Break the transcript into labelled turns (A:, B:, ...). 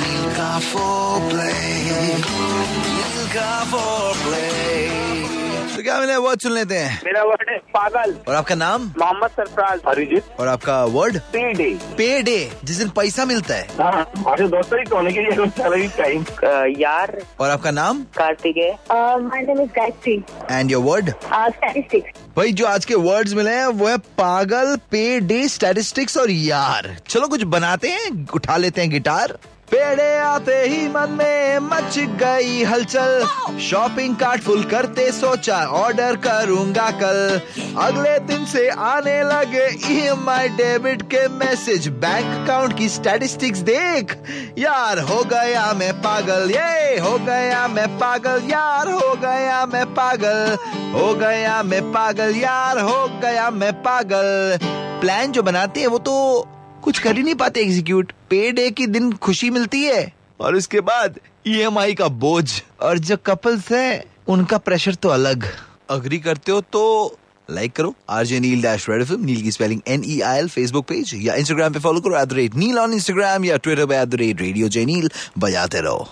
A: Nilka foreplay. Nilka foreplay. तो क्या मिला वर्ड सुन लेते हैं
B: मेरा वर्ड है पागल
A: और आपका नाम
B: मोहम्मद सरफराज अरिजीत
A: और आपका word
B: P D
A: pay day जिस दिन पैसा मिलता है
B: हाँ और दोस्तों ही होने के लिए कुछ अलग ही टाइम यार
A: और आपका नाम
B: Kartikeya
C: Uh, my name is Gayatri.
A: And your word
C: Uh, statistics.
A: भाई जो आज के वर्ड्स मिले हैं वो है पागल पे डे स्टैटिस्टिक्स और यार चलो कुछ बनाते हैं उठा लेते हैं गिटार पेड़े आते ही मन में मच गई हलचल शॉपिंग कार्ट फुल करते सोचा ऑर्डर करूंगा कल अगले दिन से आने लगे E ईएमआई डेबिट के मैसेज बैंक अकाउंट की स्टैटिस्टिक्स देख यार हो गया मैं पागल ये हो गया मैं पागल यार हो गया मैं पागल हो गया मैं पागल यार हो गया मैं पागल प्लान जो बनाते हैं वो तो कुछ कर ही नहीं पाते एग्जीक्यूट पे डे के दिन खुशी मिलती है और उसके बाद ईएमआई का बोझ और जो कपल्स हैं उनका प्रेशर तो अलग अग्री करते हो तो लाइक करो RJ Neel dash red F Neel की E spelling N E I L Facebook page या इंस्टाग्राम पे फॉलो करो एट नील ऑन इंस्टाग्राम या ट्विटर पे at the rate radio J Neel बजाते रहो